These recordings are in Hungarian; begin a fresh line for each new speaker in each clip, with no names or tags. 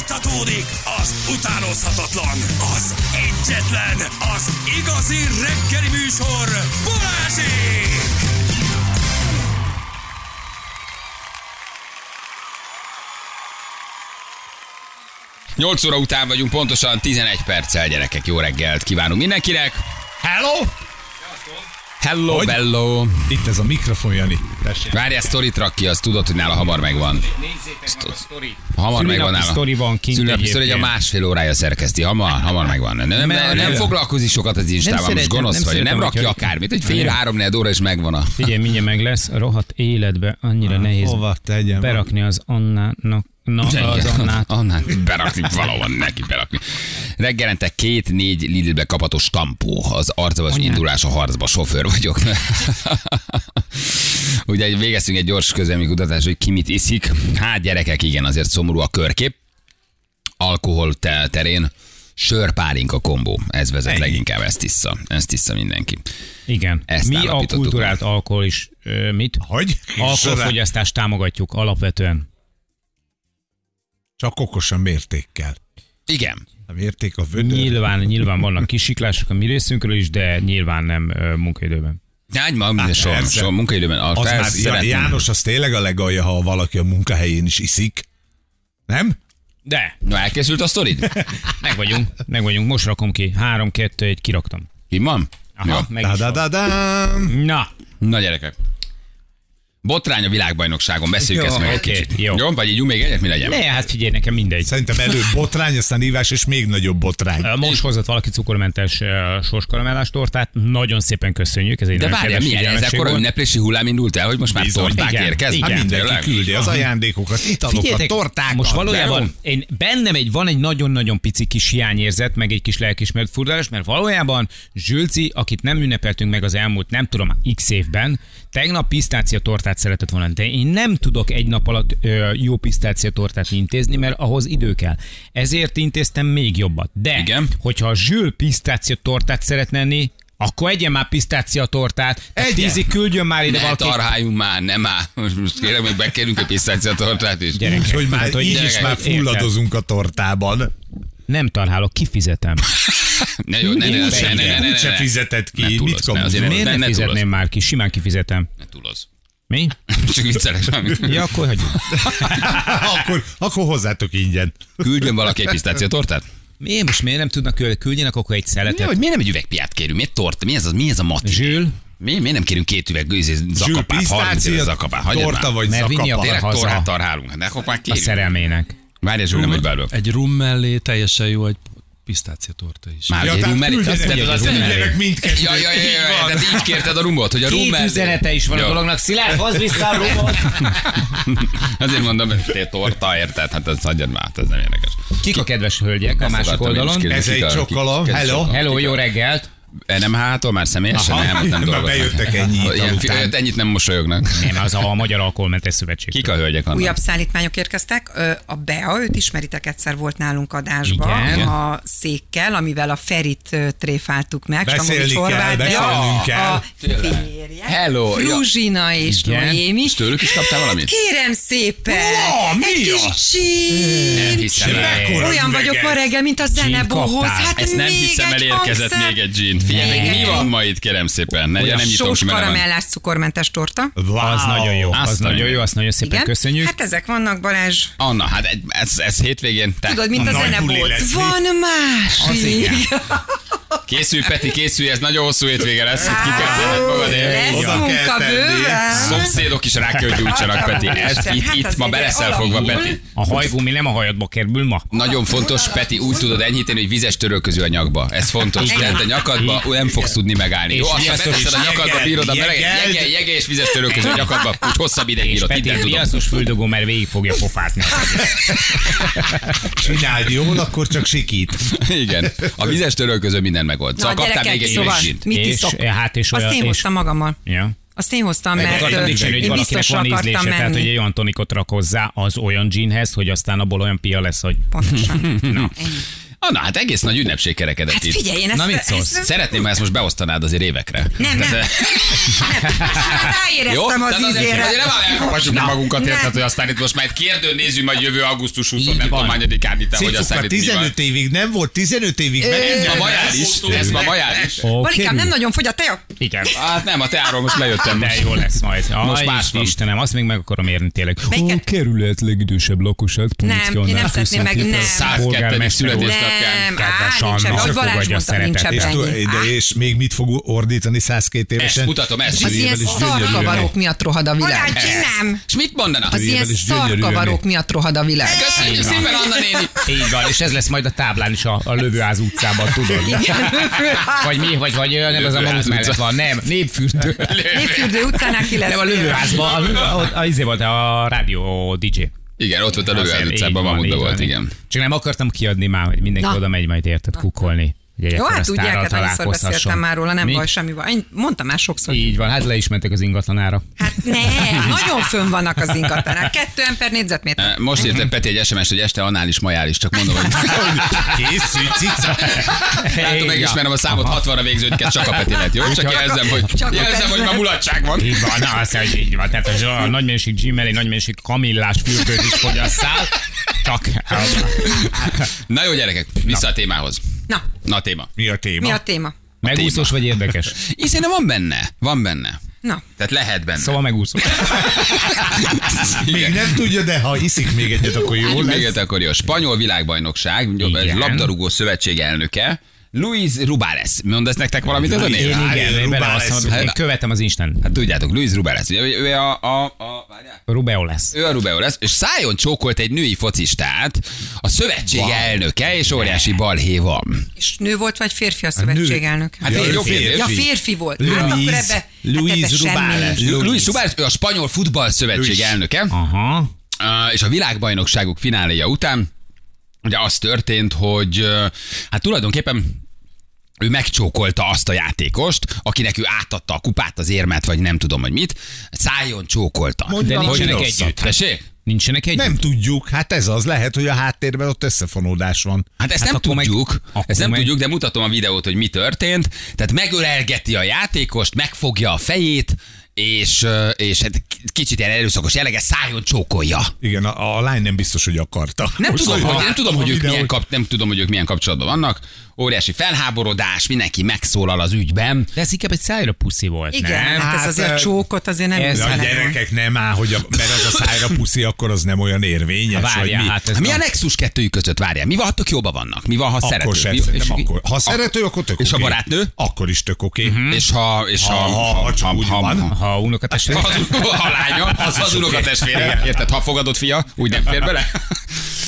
Folytatódik az utánozhatatlan, az egyetlen, az igazi reggeli műsor, Balázsék!
Nyolc óra után vagyunk, pontosan 11 perccel, gyerekek. Jó reggelt kívánunk mindenkinek. Hello! Hello,
Hogy?
bello.
Itt ez a mikrofon, Jani. Tessék.
Várj, ezt sztorit rak ki, azt tudod, hogy nála hamar megvan.
Nézzétek meg a sztorit.
Hamar
Szülinapi
megvan nála.
sztori van kint
Szülinapi sztori, hogy a
egyébként.
másfél órája szerkeszti. Hamar, hamar megvan. Nem, nem, nem, nem foglalkozik sokat az Instával, most
szeretem,
gonosz
nem
vagy. Nem
szeretem,
rakja
hogy-
akármit, egy fél
Igen.
három négy óra és megvan a...
Figyelj, mindjárt meg lesz. A rohadt életbe annyira nehéz
Hova tegyem?
berakni az Annának. Na, az
Igen,
Annát.
Annát berakni, valahol neki berakni. Reggelente két-négy Lidlbe kapható stampó, az arcavas
Anyád.
indulás a harcba, sofőr vagyok. Ugye egy- végeztünk egy gyors közemi kutatást, hogy ki mit iszik. Hát gyerekek, igen, azért szomorú a körkép. Alkohol te- terén sörpálinka kombó, ez vezet leginkább, ezt iszza, ezt iszza mindenki.
Igen.
Ezt
Mi a
állapítottuk
kulturált alkohol is, ö, mit?
Hogy?
Alkoholfogyasztást támogatjuk alapvetően.
Csak okosan mértékkel.
Igen,
A mérték a vödör.
Nyilván, nyilván vannak kisiklások a mi részünkről is, de nyilván nem ö, munkaidőben.
Hány ma, minden soha,
persze.
soha, munkaidőben, az
Az már, ja, János, az tényleg a legalja, ha valaki a munkahelyén is iszik. Nem?
De,
Na, elkészült a sztorid?
meg vagyunk, meg vagyunk, most rakom ki. Három, kettő, egy, kiraktam.
Kim van?
Aha, meg
Da
is
da
van.
da da.
Na,
Na gyerekek. Botrány a világbajnokságon, beszéljük
Jó,
ezt meg egy
oké,
kicsit.
jó.
Jó, vagy így még egyet mi legyen?
ne, hát figyelj, nekem mindegy.
Szerintem előbb botrány, aztán ívás, és még nagyobb botrány.
Most hozott valaki cukormentes ö, sorskaramellás tortát, nagyon szépen köszönjük, ez egy
De
nagyon
várjál,
kedves
milyen ez
figyelmesség
ekkor a
volt.
ünneplési hullám indult el, hogy most már
Bizony.
torták
Igen,
érkeznek?
igen.
Hát mindenki
Tényleg?
küldi az ajándékokat, italokat,
Figyeljetek,
tortákat.
Most
de
valójában én, bennem egy, van egy nagyon-nagyon pici kis hiányérzet, meg egy kis lelkismert furdalás, mert valójában Zsülci, akit nem ünnepeltünk meg az elmúlt, nem tudom, x évben, tegnap pisztácia tortát szeretett volna, de én nem tudok egy nap alatt ö, jó pisztácia tortát intézni, mert ahhoz idő kell. Ezért intéztem még jobbat. De,
Igen.
hogyha a Zsül pisztácia tortát szeretne enni, akkor egyen már pisztácia tortát, egy
Egyen.
tízi küldjön már ide
Ne
valaki.
tarháljunk már, nem már. Most, most kérem, hogy bekerünk egy pisztáciatortát is.
Gyerek.
Úgyhogy már
Hát, hogy
így is
gyerekek,
már
érted.
fulladozunk a tortában.
Nem tarhálok, kifizetem.
Ne jó, ne, ne, ne, ne, ne, ne, ne, ne,
Úgyse fizetett ki,
Ne
mit
túlozz, ne,
kapunk?
azért
Miért
ne,
nem
ne túlozz,
fizetném már ki? Simán kifizetem.
ne túlozz.
Mi?
Csak viccelek semmit.
Ja, akkor hagyjuk.
akkor, akkor hozzátok ingyen.
Küldjön valaki egy pisztáciatortát?
Miért most miért nem tudnak küld- küldjenek akkor egy
Mi,
szeletet?
hogy miért nem egy üvegpiát kérünk? Miért torta? Mi ez, az, mi ez a mati?
Zsül,
Mi, miért nem kérünk két üveg gőzés zakapát, 30 éve
pisztácia,
zakapát? Hagyjad
torta
már.
vagy
Mert vinni
zakapa.
akar-
Tényleg
haza.
torhát tarhálunk. Hát ne akkor már
a
kérjünk.
szerelmének.
Várj, Zsül, nem vagy belőle.
Egy rum mellé teljesen jó egy pisztácia torta is.
Már
Ja,
egy
tehát
rummel,
küldjenek
azt
egy
tudod, azt
rummel.
nem-
Mindkettőt.
Ja, ja, ja,
Így
ja,
van.
tehát így kérted a rumot, hogy a
Két
rummel...
üzenete is van a
Jó.
dolognak. Szilárd, hozd vissza a rumot!
Azért mondom, hogy te torta, érted? Hát ez hagyjad már, hát ez nem érdekes.
Kik a kedves hölgyek a
Ezt
másik
akartam én is
oldalon?
kérdezni,
Ez
kik
egy
a- kik-
csokolom.
kik a
Hello.
csokolom?
Hello, jó reggelt!
Nem hától már személyesen,
Aha.
nem, hát nem
Már
dolgoznak.
bejöttek ennyi ital
Ilyen fi-
után.
Ennyit nem mosolyognak.
Nem, az a Magyar Alkoholmentes Szövetség.
Kik a hölgyek annak?
Újabb szállítmányok érkeztek. Ö, A Bea, őt ismeritek, egyszer volt nálunk adásba
Igen.
a székkel, amivel a Ferit ö, tréfáltuk meg.
Beszélni
Stamovics
kell,
Horváth Bea,
beszélnünk kell.
A férje,
Hello, ja.
Fruzsina és
Igen.
Noémi. Hát
És tőlük is kaptál valamit?
Kérem szépen!
Ó, mi
egy
a-
kis csín!
Hiszem
Mekkora
el.
Olyan
üveget?
vagyok ma reggel, mint a zenebohoz.
kaptál.
Hát
Ezt nem
még
hiszem,
egy
elérkezett
hangszer.
még egy gin. Figyelj,
Még
meg, mi
egy.
van ma itt, kérem szépen? Ne, nem nyitom
Sós
ki, merre van.
karamellás cukormentes torta.
Wow.
Az nagyon jó, az
Azt a
nagyon jó,
mindenit.
azt nagyon szépen
Igen.
köszönjük.
Hát ezek vannak, Balázs.
Anna, hát egy- ez, ez hétvégén. Te.
Tudod, mint a
Nagy buli
zenebolt.
lesz,
Van másik.
Készülj, Peti, készülj, ez nagyon hosszú hétvége lesz, itt ki kell tenned magadért.
Lesz
Oda kell
munka
tenni.
bőven.
Szomszédok is rá kell, hogy gyújtsanak, Peti. Ez
Isten,
itt,
hát
itt
az
ma
egy
beleszel fogva,
alapul.
Peti.
A hajgumi nem a hajadba kerül ma.
Nagyon fontos, Peti, úgy tudod enyhíteni, hogy vizes törölköző a nyakba. Ez fontos. Tehát a nyakadba ú, nem fogsz tudni megállni. Jó,
És
aztán
viaszos
beteszed
is.
a nyakadba, bírod a
Jeged,
meleget.
jeged.
Jege, jege és vizes törölköző a nyakadba. Úgy hosszabb ideig
És
írod,
Peti
mindent tudom.
viaszos füldogó, mert végig fogja pofázni.
Csináld jól, akkor csak sikít.
Igen. A vizes törölköző mindent megold. Szóval
Na,
kaptál
gyerekek,
még egy
szóval
üveg gint.
Mit
És,
iszok?
eh, hát és
Azt
olyan-
én
és-
hoztam magammal.
Ja.
Azt én hoztam, mert
Akartam
Hát, ö,
dicsérni, hogy
én
valakinek
biztosra
van ízlése,
akartam
tehát hogy egy
menni.
olyan tonikot rak hozzá az olyan ginhez, hogy aztán abból olyan pia lesz, hogy
Pontosan. Na. Ennyi.
Na, na, hát egész nagy ünnepség kerekedett
Hát
itt.
figyelj, én ezt...
Na, mit
ezt-
szólsz?
ezt-
Szeretném, ha ezt most beosztanád azért évekre.
Nem, nem. nem.
Jó?
Ráéreztem az
Tehát azért,
izére.
azért nem áll elkapassuk meg magunkat,
nem.
érted, hogy aztán itt most majd kérdőn nézzük majd jövő augusztus 20
Így
nem
van.
tudom, hányadikán itt, hogy aztán
Cifuka
itt mi van.
15 évig nem volt, 15 évig meg.
Ez ma majár is, ez ma majár is.
Valikám, nem nagyon fogy a teja.
Igen.
Hát nem, a teáról most lejöttem.
De
most.
jó lesz majd. Ja,
Most
Most
más
más
van.
Istenem, azt még meg akarom érni tényleg.
Melyiket?
Ó, kerület legidősebb lakosát,
Nem, én nem szeretném meg, nem.
102.
Polgármester
születés
úr.
napján.
Nem, á,
Kedves
nincs
Anna,
ebben. Ott
fogadja
Balázs
a
mondta, nincs
szeretetet.
És,
ebben.
tu- de
Á,
és még mit fog ordítani 102
Ezt
évesen?
mutatom, ezt
Az ilyen
Tűrével is
szarkavarok
gyönyörűen.
miatt rohad a világ.
Balázs, nem.
És mit mondana?
Az ilyen
is gyönyörűen.
szarkavarok miatt rohad a világ.
Köszönjük szépen, Anna néni!
Így van, és ez lesz majd a táblán is a, a lövőház utcában, tudod. Vagy mi, vagy, vagy ö, nem az a
Lövőház
maguk mellett
utca.
van, nem, népfürdő.
Népfürdő utcánál ki lesz.
Nem a lövőházban, a, a, a, izé volt a rádió DJ.
Igen, ott volt a lövő
Azért,
utcában,
így van,
mamutban
így
volt,
van.
igen.
Csak nem akartam kiadni már, hogy mindenki
Na.
oda megy majd érted kukolni. Hogy
Jó,
egykor a
hát tudják,
sztárral
hát annyiszor
találkozhasson.
beszéltem már róla, nem
Mi?
baj, semmi baj. Én mondtam már sokszor.
Így van, hát le is mentek az ingatlanára.
Hát ne, nagyon fönn vannak az ingatlanák. Kettő ember négyzetméter.
Eh, Most
Mhm.
írtam Peti egy SMS-t, hogy este annál is majál is, csak mondom, hogy
Készülj, cica.
látom, megismerem a számot, 60-ra végződket, csak a Peti lett, jó? Csak jelzem, hogy,
Csak a
jelzem,
Peti
hogy ma
lett.
mulatság van.
Így van, na, az, hogy így van. Tehát az a nagy mennyiség Gmail, nagy mennyiség kamillás fürdőt is fogyasszál. Csak hát,
Na jó, gyerekek, vissza a témához.
Na,
Na, téma.
Mi a téma?
mi a téma?
megúszós vagy érdekes?
Így szerintem van benne, van benne.
Na,
Tehát lehet benne.
Szóval megúszós.
Még nem tudja, de ha iszik még egyet, akkor jó
Jó, hát még
lesz.
egy akkor jó. Spanyol világbajnokság,
Igen.
labdarúgó szövetség elnöke, Luis Rubiales. Mond ez nektek valamit ez a név?
Én igen, én
Rubá
beleasszom,
lesz.
én követem az Instán.
Hát tudjátok, Luis Rubiales. Ugye ő ő a, a, a várjál.
Rubeo lesz.
ő a Rubeo lesz, és szájon csókolt egy női focistát, a szövetség elnöke, és óriási balhé van.
és nő volt, vagy férfi a szövetségelnök?
Hát
Ja,
én
ő
jó kérdés.
Ja, férfi volt. Hát akkor
Luis-
ebbe, hát
Luis
ebbe semmi
Rubiales.
nincs.
Luis.
Luis Rubiales, ő a spanyol futballszövetség
Luis.
elnöke.
Aha.
Uh, és a világbajnokságok fináléja után ugye az történt, hogy uh, hát tulajdonképpen ő megcsókolta azt a játékost, akinek ő átadta a kupát, az érmet, vagy nem tudom, hogy mit, szájon csókolta.
Mondj De valami
nincsenek
rosszat.
együtt.
Tessék?
Nincsenek egy?
Nem tudjuk, hát ez az lehet, hogy a háttérben ott összefonódás van.
Hát ezt
Hát
nem
akkor meg-
tudjuk,
akkor
ezt nem
meg-
tudjuk, de mutatom a videót, hogy mi történt. Tehát megölelgeti a játékost, megfogja a fejét, és, ö, és hát k- kicsit ilyen erőszakos jellege szájon csókolja.
Igen, a, a lány nem biztos, hogy akarta.
Nem
Most,
tudom,
ha
hogy, nem
látom
tudom,
a
hogy ők
videót.
milyen kap, nem tudom, hogy ők milyen kapcsolatban vannak. Óriási felháborodás, mindenki megszólal az ügyben.
De ez inkább egy szájra puszi volt,
Igen,
nem?
hát ez
Hát,
azért
eh,
csókot azért nem
ez-
De
igazán
a
nem
gyerekek nem áll, hogy a, mert az a szájra puszi, akkor az nem olyan érvényes, vagy
Várjál,
mi.
hát ez
Szóval, mi a
nem-
Nexus kettőjük között várjál? Mi van, ha tök jóban vannak? Mi van, ha
Akkor
szerető?
sem,
Mi-
szerintem
és-
akkor. Ha szerető, akkor tök
És a
oké.
barátnő? Mhm.
Akkor is tök oké.
És ha... És Mm. ha,
Ha- ha- ha csak úgy van.
Ha unokatestvére.
Ha az, ha a lánya, az, az unokatestvére, érted? Ha fogadott fia, úgy nem fér bele.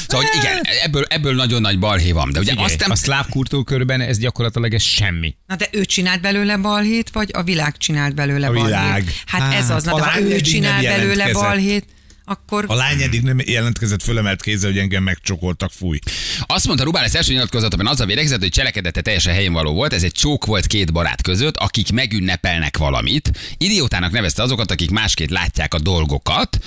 Szóval, hogy igen, ebből, ebből nagyon nagy balhé van. De ugye
Figyelj,
azt nem...
a szláv kurtókörben ez gyakorlatilag ez semmi.
Na de ő csinált belőle balhét, vagy a világ csinált belőle
A világ.
balhét? Hát ez az, na
A
de ha
lány
ő
eddig
csinál
nem
belőle
jelentkezett.
balhét, akkor...
A lány eddig nem jelentkezett fölemelt kézzel, hogy engem megcsokoltak, fúj.
Azt mondta Rubálesz első nyilatkozatában az a védekezett, hogy cselekedete teljesen helyén való volt, ez egy csók volt két barát között, akik megünnepelnek valamit. Idiótának nevezte azokat, akik másként látják a dolgokat.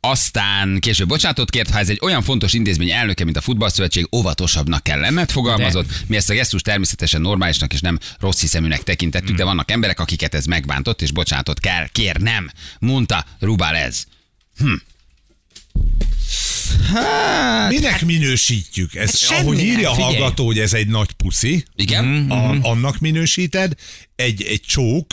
Aztán később bocsánatot kért, ha ez egy olyan fontos intézmény elnöke, mint a futballszövetség, óvatosabbnak kell lennet, fogalmazott. Mi ezt a gesztus természetesen normálisnak és nem rossz hiszeműnek tekintettük, de vannak emberek, akiket ez megbántott, és bocsánatot kell kérnem, mondta Rubález. Hát-
Minek minősítjük?
hát
Ez,
semmi
ahogy
nem.
írja a
Figyelj.
hallgató, hogy ez egy nagy puszi,
Igen?
a, annak minősíted, egy, egy csók,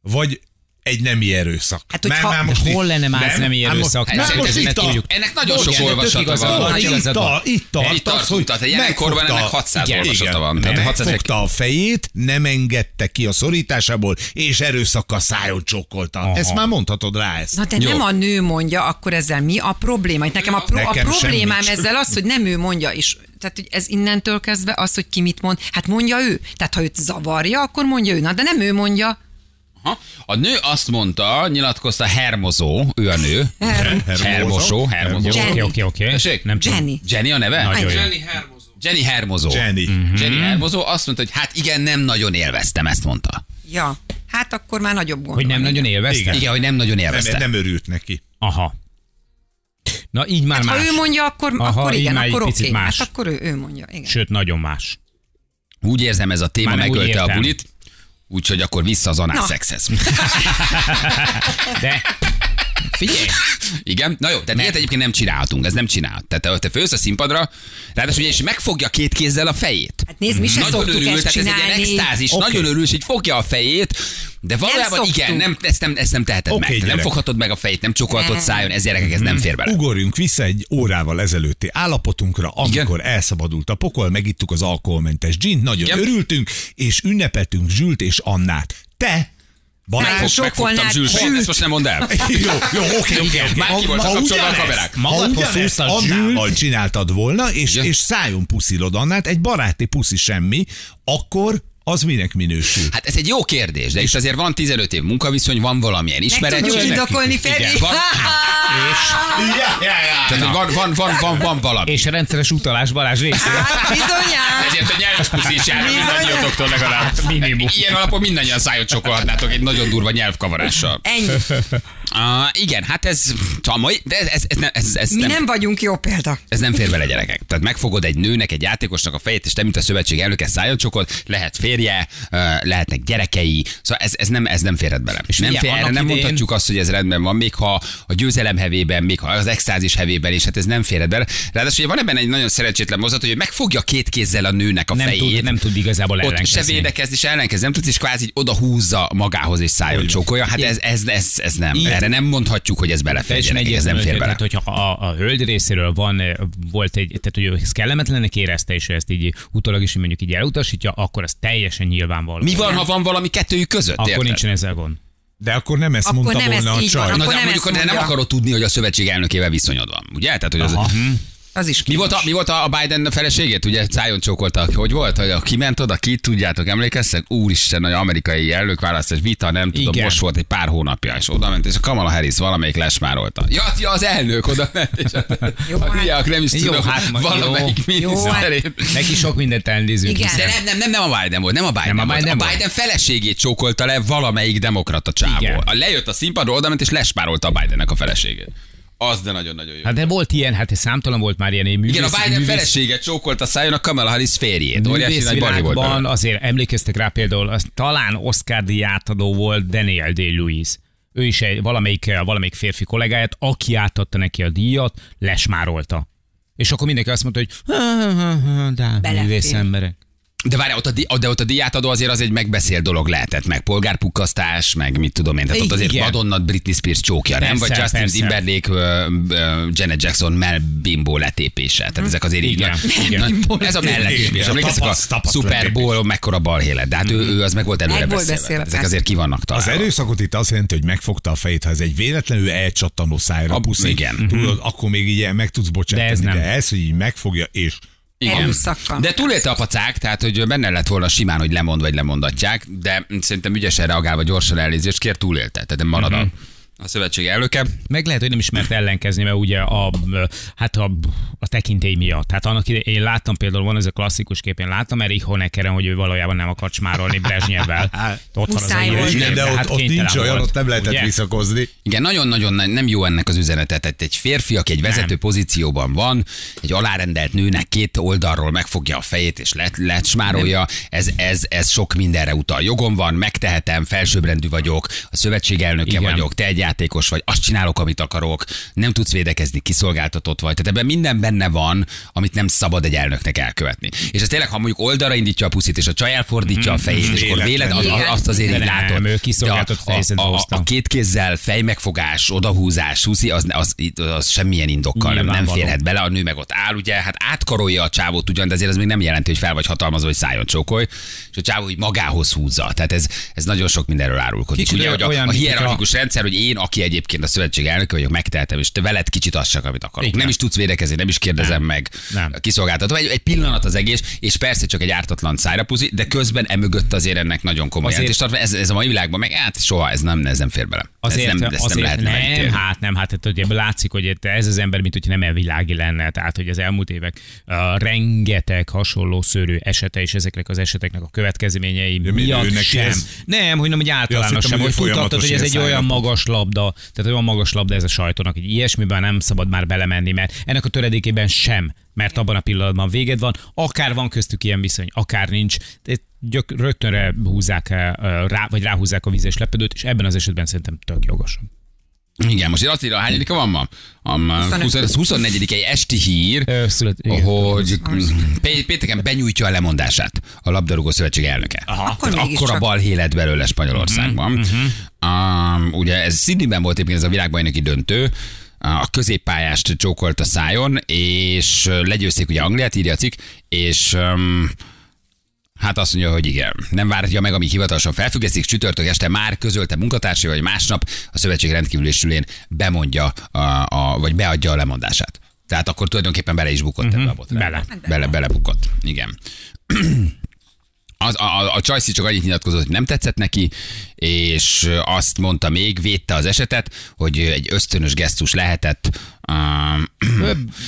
vagy egy nemi erőszak.
Hát, hogyha-
már
de
most
hol
itt-
lenne már ez
nem
nemi
Hát most-
erőszak?
Hát
Szerintem
most
ez
itt
ne
a-
tudjuk. Ennek nagyon sok
Igen, de
olvasata
tök igazad
van.
van.
Nagyon
Itt,
igazad
a,
van.
itt tartasz,
Itt tartunk,
hogy
tehát a jelen
megfogta-
korban ennek 600
Igen.
olvasata van.
Igen,
Tehát 600
Megfogta a fejét, nem engedte ki a szorításából, és erőszakkal szájon csókolta. Ezt már mondhatod rá ezt.
Na de
Jó.
nem a nő mondja, akkor ezzel mi a probléma? Itt nekem a, pro-
Nekem
a problémám
semmi.
ezzel az, hogy nem ő mondja is. Tehát, hogy ez innentől kezdve az, hogy ki mit mond, hát mondja ő. Tehát, ha őt zavarja, akkor mondja ő. Na, de nem ő mondja.
Aha. A nő azt mondta, nyilatkozta Hermozó, ő a nő. Hermosó, Hermozó.
Jenny.
Oké, oké, oké.
Tessék?
Nem tudom.
Jenny.
Jenny a neve?
Nagyon jó. Mhm.
Jenny Hermozó.
Jenny Hermozó.
Jenny.
Jenny Hermozó azt mondta, hogy hát igen, nem nagyon élveztem, ezt mondta.
Ja, hát akkor már nagyobb gond.
Hogy nem
van.
nagyon élvezte?
Igen, hogy nem nagyon
Nem,
élveztem.
nem örült neki.
Aha. Na így már
Hát,
más.
ha ő mondja, akkor,
Aha,
akkor
így
igen,
már egy
akkor oké.
picit más.
Hát akkor ő, ő mondja, igen.
Sőt, nagyon más.
Úgy érzem, ez a téma
Már nem úgy
megölte a
értem.
bulit, úgyhogy akkor vissza az anál
Na.
szexhez.
De figyelj,
Igen, na jó, tehát ilyet egyébként nem csinálhatunk, ez nem csinál. Tehát te fölsz a színpadra, ráadásul ugye, és megfogja két kézzel a fejét.
Hát nézd, mi se
nagyon
szoktuk
örül,
ezt
tehát ez egy ilyen
csinálni.
extázis, okay. nagyon örül, és így fogja a fejét, de valójában
szoktuk.
igen, nem, ezt, nem, ezt nem teheted
Oké,
okay, meg. Te Nem
gyerek.
foghatod meg a fejét, nem csokolhatod
Nem.
szájon, ez gyerekek, ez nem fér bele.
Ugorjunk vissza egy órával ezelőtti állapotunkra, amikor Igen? elszabadult a pokol, megittuk az alkoholmentes gin, nagyon
Igen.
Igen? örültünk, és ünnepeltünk Zsült és Annát. Te,
Megfog-
Balázs,
Sok
Megfogtam
volnád-
Zsülfejét,
Zsült.
ezt most nem mondd el.
jó, jó, oké, oké, oké.
Már ki voltak
Ha
kapcsolva a
ugyanezt-
kamerák.
Ha
Magadhoz
ugyanezt
húztad
Annával csináltad volna, és,
Igen.
és szájon puszilod Annát, egy baráti puszi semmi, akkor az minek minősül?
Hát ez egy jó kérdés, de is azért van 15 év munkaviszony, van valamilyen
Meg
ismeret.
tudjuk
és-
indokolni, Feri.
Igen, van,
Ja, ja, ja.
tehát, hogy van, van, van, van, van valami.
és rendszeres utalás Balázs részére.
Hát bizonyám.
Ezért a nyelves puszi is jár, mindannyiótoktól legalább.
Minimum.
Ilyen alapon mindannyian szájot csokolhatnátok egy nagyon durva nyelvkavarással.
Ennyi.
Uh, igen, hát ez, tamai, de ez, ez, ez, nem- ez, ez
Mi
nem,
nem vagyunk jó példa.
ez nem fér bele gyerekek. Tehát megfogod egy nőnek, egy játékosnak a fejét, és te, mint a szövetség elnöke szájon csokod, lehet férje, ö, lehetnek gyerekei, szóval ez, ez, nem, ez nem férhet bele. És nem
figyelj,
fér, erre
annak
nem
idején-
mondhatjuk azt, hogy ez rendben van, még ha a győzelem hevében, még ha az extázis hevében, és hát ez nem férhet bele. Ráadásul ugye van ebben egy nagyon szerencsétlen mozdulat, hogy megfogja két kézzel a nőnek a
Nem
fejét.
tud, nem tud igazából
Ott se
ellenkezni.
védekezni, se ellenkezni, nem tudsz, és kvázi oda húzza magához és szájon csókolja. Hát ez, ez, ez, ez nem. Erre nem mondhatjuk, hogy ez belefér.
Teljesen
gyerekek, Ez nem
egyértelmű,
fér bele.
tehát, hogyha a, a hölgy részéről van, eh, volt egy, tehát hogy ő ezt kellemetlennek érezte, és ő ezt így utólag is mondjuk így elutasítja, akkor az teljesen nyilvánvaló.
Mi van, ha van valami kettőjük között?
Akkor
érted?
nincsen ezzel gond.
De akkor nem ezt
Akkor
mondta
nem ez
volna a
így
csaj.
van.
Na, de
Akkor nem
mondjuk,
ezt
de nem
mondja.
akarod tudni, hogy a szövetség elnökével viszonyod van, ugye? Tehát, hogy az, Hm?
Az is
mi volt, a, mi volt a a Biden feleségét? Ugye szájon csókoltak. Hogy volt? Hogy a, kiment oda, ki tudjátok, emlékeztek? Úristen, nagy amerikai elnökválasztás vita, nem tudom,
Igen.
most volt egy pár hónapja, és oda ment, és a Kamala Harris valamelyik lesmárolta. Ja, ja az elnök oda ment, és a,
Jó,
a
hát-
hülyek nem is
Jó,
tudom,
hát ma-
valamelyik
jó.
miniszterét.
Neki sok mindent elnézünk.
Igen.
De nem, nem, nem, nem a Biden volt, nem a Biden,
Nem a Biden
volt. A
volt?
Biden feleségét csókolta le valamelyik demokrata csávó.
Igen.
A Lejött a színpadról, oda ment és lespárolta a Bidennek a feleségét. Az de nagyon-nagyon jó.
Hát de volt ilyen, hát számtalan volt már ilyen én művész,
igen, a Biden
művész-
feleséget csókolta szájon a Kamala Harris férjét. Óriási nagy bari volt.
művészvilágban
belőle.
azért emlékeztek rá például, az talán Oscar díj átadó volt Daniel Day-Lewis. Ő is egy, valamelyik, valamelyik férfi kollégáját, aki átadta neki a díjat, lesmárolta. És akkor mindenki azt mondta, hogy "Há, há, há, de hát
Belefér.
művész emberek.
De várj, ott a, di- de ott a díjátadó azért az egy megbeszél dolog lehetett, meg polgárpukkasztás, meg mit tudom én. Tehát ott azért
Igen.
Madonna, Britney Spears csókja, nem?
Persze,
Vagy Justin
persze.
Timberlake, ö, ö, Janet Jackson, Mel Bimbo letépése. Tehát ezek azért így
Hm. Igen.
nagy-
Igen.
nagy- Ez a melletépés.
Igen.
Emlékeztek a
Tapaszt- tapaszt
Super Bowl, mekkora balhélet. De hát
Hm.
ő, ő az meg volt előre
Meg volt
beszélve.
beszélve,
Tehát Ezek
persze.
azért kivannak
Az
találva.
erőszakot itt azt jelenti, hogy megfogta a fejét, ha ez egy véletlenül elcsattanó szájra
A-
puszi,
igen.
tudod,
Mhm.
akkor még így meg tudsz bocsátani,
De ez nem.
de ez, hogy így megfogja, és
Erőszakkal.
De túlélte a pacák, tehát hogy benne lett volna simán, hogy lemond vagy lemondatják, de szerintem ügyesen reagálva gyorsan elnézést kér, túlélte. Tehát nem marad a, a szövetség elnöke.
Meg lehet, hogy nem is mert ellenkezni, mert ugye a, hát a, a tekintély miatt. Hát annak ide, én láttam például, van ez a klasszikus kép, én láttam Erich Honeckeren, hogy ő valójában nem akar csmárolni Brezsnyevvel. Ott van az a
Muszáj
híres
volt.
kép,
de, de ott,
hát
ott
kénytelen
nincs olyan,
volt.
ott nem lehetett
Ugye?
visszakozni. Hát
Igen, nagyon-nagyon ne- nem jó ennek az üzenete. Tehát egy férfi, aki egy vezető nem. pozícióban van, egy alárendelt nőnek két oldalról megfogja a fejét és let, lecsmárolja, ez, ez, ez sok mindenre utal. Jogom van, megtehetem, felsőbbrendű vagyok, a szövetség elnöke
Igen.
vagyok, te egy játékos vagy, azt csinálok, amit akarok, nem tudsz védekezni, kiszolgáltatott vagy. Tehát ebben minden benne van, amit nem szabad egy elnöknek elkövetni. És ez tényleg, ha mondjuk oldalra indítja a puszit, és a csaj elfordítja a fejét, és akkor véled, az,
Véletlenül.
azt azért
Mhm. De
így
nem,
látod.
ő kiszolgáltatott
De a-
fejszent
a, a, a,
hozta.
két kézzel fejmegfogás, odahúzás, húzi, az, az, az semmilyen indokkal nem, nem
Nyilvánvaló.
férhet bele, a nő meg ott áll, ugye, hát átkarolja a csávót ugyan, de azért az még nem jelenti, hogy fel vagy hatalmazva, hogy szájon csókolj, és a csávó így magához húzza. Tehát ez, ez nagyon sok mindenről árulkodik.
Kicsit
Ugye, hogy a,
olyan,
a
mint
hierarchikus rendszer, hogy én, aki egyébként a szövetség elnöke vagyok, megtehetem, és te veled kicsit azt csak, amit akarok.
Igen.
Nem is tudsz védekezni, nem is kérdezem
Nem.
meg.
Nem.
Kiszolgáltatva. Egy, egy, pillanat az egész, és persze csak egy ártatlan szájrapuzi, de közben emögött azért ennek nagyon komoly
Azért-
azért... tartva, ez, ez a mai világban meg, hát soha ez nem, ez nem fér bele.
Azért,
ez nem, ezt
azért
nem lehetne
nem,
megítélni.
hát nem, hát tehát ugye látszik, hogy itt ez az ember, mint hogy nem elvilági lenne, tehát hogy az elmúlt évek uh, rengeteg hasonló szörű esete és ezeknek az eseteknek a következményei
miért
miatt
ő neki
sem.
ez?
Nem, hogy nem, hogy általános
hittem,
sem,
hogy
hogy
folyamatos
tudtad, hogy ez
ilyen
egy olyan
szállapot.
magas labda, tehát olyan magas labda ez a sajtónak, hogy ilyesmiben nem szabad már belemenni, mert ennek a töredékében sem, mert abban a pillanatban véged van, akár van köztük ilyen viszony, akár nincs, de gyök, rögtönre húzzák, eh, rá, vagy ráhúzzák a vízes lepedőt, és ebben az esetben szerintem tök jogos.
Igen, most én azt írja, hányadika van ma? A ma 20 24 egy esti hír,
Ö, szület- igen.
hogy Pé- Pénteken benyújtja a lemondását a labdarúgó szövetség elnöke. Aha,
Akkor
akkor a
mégiscsak.
bal élet belőle Spanyolországban. Um, ugye ez Sydneyben volt éppen ez a világbajnoki döntő, a középpályást csókolt a szájon, és legyőzték ugye Angliát, írja a cikk, és um, Hát azt mondja, hogy igen. Nem várhatja meg, amíg hivatalosan felfüggesztik. Csütörtök este már közölte munkatársai, vagy másnap a szövetség rendkívülésülén bemondja, a, a, vagy beadja a lemondását. Tehát akkor tulajdonképpen bele is bukott ebbe a botrányba.
bele.
Bele, bele bukott. Igen. Az, a, a, a Csajci csak annyit nyilatkozott, hogy nem tetszett neki, és azt mondta még, védte az esetet, hogy egy ösztönös gesztus lehetett. Um,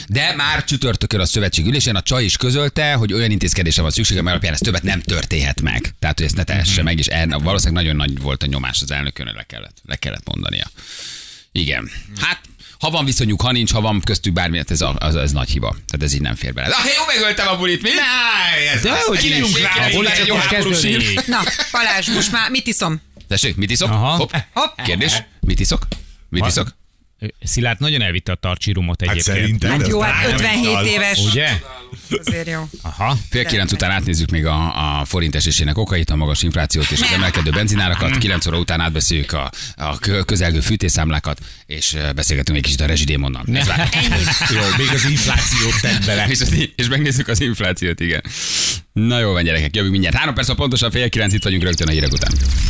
De már csütörtökön a szövetség ülésén a Csaj is közölte, hogy olyan intézkedésre van szükség, amely alapján ez többet nem történhet meg. Tehát, hogy ezt ne tehesse meg, és el, valószínűleg nagyon nagy volt a nyomás az elnökön, hogy le kellett, le kellett mondania. Igen. Hát, ha van viszonyuk, ha nincs, ha van köztük bármi, hát ez, a, az, ez nagy hiba. Tehát ez így nem fér bele. Ah, jó, megöltem a bulit, mi?
De
hogy is. A bulit egy jó háborús hír.
Na, Balázs, most már mit iszom?
Tessék, mit iszok?
Aha.
Hopp.
Hopp.
Kérdés, mit iszok? Mit iszok?
Szilárd nagyon elvitte a tartsírumot
Hát
egyébként.
szerintem.
Hát
ez
jó,
drága
hát 57
ital.
éves.
Ugye?
Azért jó.
Aha.
Fél kilenc után átnézzük még a, a forint esésének okait, a magas inflációt és az emelkedő benzinárakat. Kilenc óra után átbeszéljük a, a kö- közelgő fűtésszámlákat, és eh, beszélgetünk egy kicsit a rezsidémonnan. Ez vár.
Jó, még az inflációt tett bele.
és, az- és megnézzük az inflációt, igen. Na jó van, gyerekek, jövünk mindjárt. Három perc a pontosan fél kilenc, itt vagyunk rögtön a hírek után.